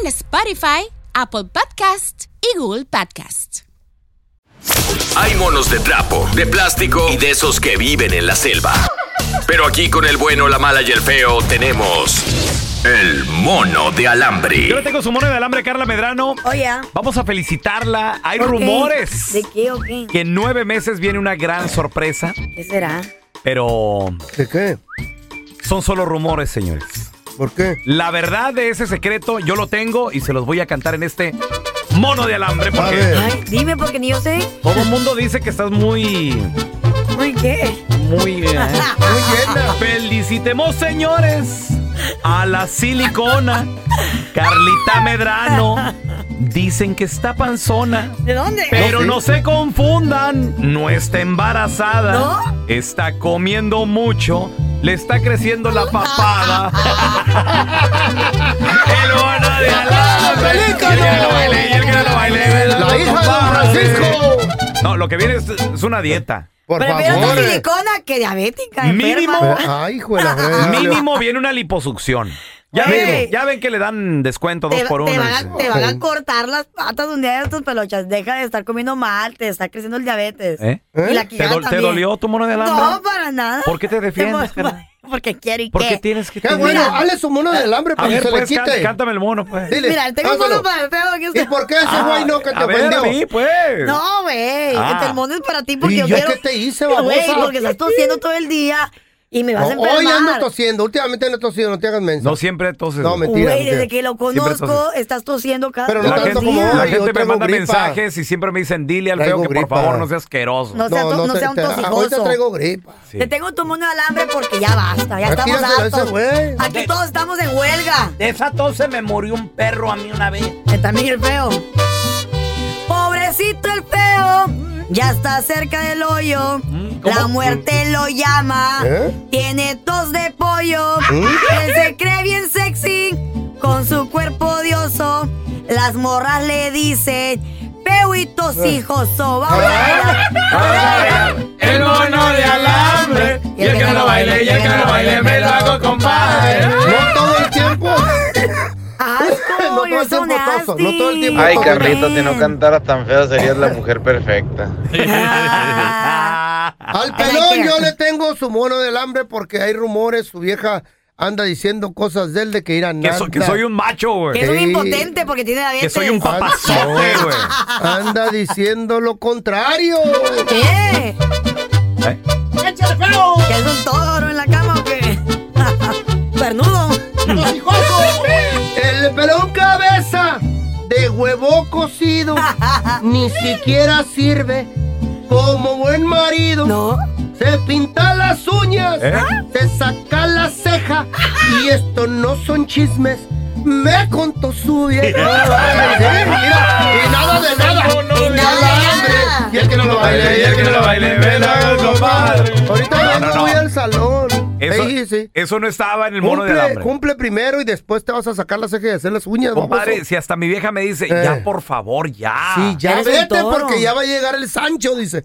en Spotify, Apple Podcast y Google Podcast. Hay monos de trapo, de plástico y de esos que viven en la selva. Pero aquí con el bueno, la mala y el feo tenemos el mono de Yo le alambre. tengo su mono de alambre, Carla Medrano. Oye. Vamos a felicitarla. Hay Oh, ok. rumores ¿De qué o qué? que en nueve meses viene una gran sorpresa, ¿Qué será? pero ¿De qué? son solo rumores, señores. ¿Por qué? La verdad de ese secreto yo lo tengo y se los voy a cantar en este mono de alambre A porque ver. Ay, dime porque ni yo sé. todo el mundo dice que estás muy, ¿Por qué? muy... eh, Muy llena. Felicitemos, señores, a la silicona Carlita Medrano. Dicen que está panzona. ¿De dónde? Pero no se confundan, no está embarazada, ¿No? está comiendo mucho, le está creciendo la papada. el bono de alambre. pelícano. Y el que no lo baile, y el que no lo baile, ¿verdad? La hija de don Francisco. No, lo que viene es, es una dieta. Por Prefiero favor. tu eh. silicona que diabética. Mínimo. enferma. Ay, hijo de la fregada. Mínimo viene una liposucción. Ya, Mínimo. ven, ya ven que le dan descuento dos Te, por te uno. van a, te van a Ok. cortar las patas un día de tus pelochas. Deja de estar comiendo mal, te está creciendo el diabetes. ¿Eh? Y la ¿Eh? ¿Te, quijada dol- te también. dolió tu mono de alambre? No, para nada. ¿Por qué te defiendes, Por- Carla? Porque quiero y ¿Por qué qué. tienes que Qué tener- bueno, Mira. hazle su mono de alambre A para ver, que se le pues, can- quite. cántame el mono, pues. Dile, Mira, tengo un mono hágalo. para el feo. aquí ¿Y está. por qué ese Ah, güey no que te a ver, a mí, ofendió? pues. No, güey. Ah. Que te mones para ti porque ¿Y yo, yo quiero. qué te hice, babosa? Güey, porque estás tosiendo todo el día y me vas a No, hoy ando enfermar. tosiendo, últimamente no he tosido, no te hagas mensa. No siempre entonces. No, mentira. Güey, mentira. desde que lo Siempre conozco, estás tosiendo cada Pero no la tanto gente, como la hoy, hoy gente me traigo manda gripa. mensajes y siempre me dicen, dile al Traigo feo que por gripa. favor no sea asqueroso. No sea to- no sea un tosijoso. Hoy te ah, traigo gripa. Sí. Te tengo tu mono de alambre porque ya basta, ya Aquí estamos ya se lo hartos. hice, güey. Aquí todos estamos en huelga. De esa tos se me murió un perro a mí una vez. Eh, También el feo. Pobrecito el feo. Ya está cerca del hoyo. Mm, La muerte lo llama. ¿Eh? ¿Mm? Tiene tos de pollo. Él se cree bien sexy. Con su cuerpo odioso. Las morras le dicen. Feo y Eh. tosijoso. Vamos a ¿Ah? bailar. El mono de alambre. Y el que no lo baile, y el que no lo baile, me lo hago compadre. No todo el tiempo. Asco, No todo el you're so tiempo toso, no todo el nasty. tiempo Ay, toso. Carlita, si no cantaras tan feo serías la mujer perfecta. Ah. Al Ay, pelón qué- yo le tengo su mono del hambre porque hay rumores, su vieja anda diciendo cosas de él de que ir a Que, so- que soy un macho, güey. Que es un Sí. impotente porque tiene diabetes. Que soy un Ah, papazote, no. güey. Anda diciendo lo contrario. ¿Qué? ¿Eh? ¿Que es un toro en la cama o qué? Pernudo. El pelón cabeza de huevo cocido ni siquiera sirve como buen marido. No. Se pinta las uñas, ¿Eh? se saca la ceja y esto no son chismes. Me contó su vieja. Sí, mira, y nada de nada. Y nada Y de nada. Y el que no lo baile, y el que no lo baile, me la hago, compadre. No, Ahorita no, no, no. voy al salón. Eso, Sí, sí. eso no estaba en el mono de Cumple, alambre. cumple primero y después te vas a sacar las cejas y hacer las uñas. Compadre, ah, baboso. si hasta mi vieja me dice, ya por favor, ya. Eh. Sí, ya eres un vete toro. porque ya va a llegar el Sancho, dice.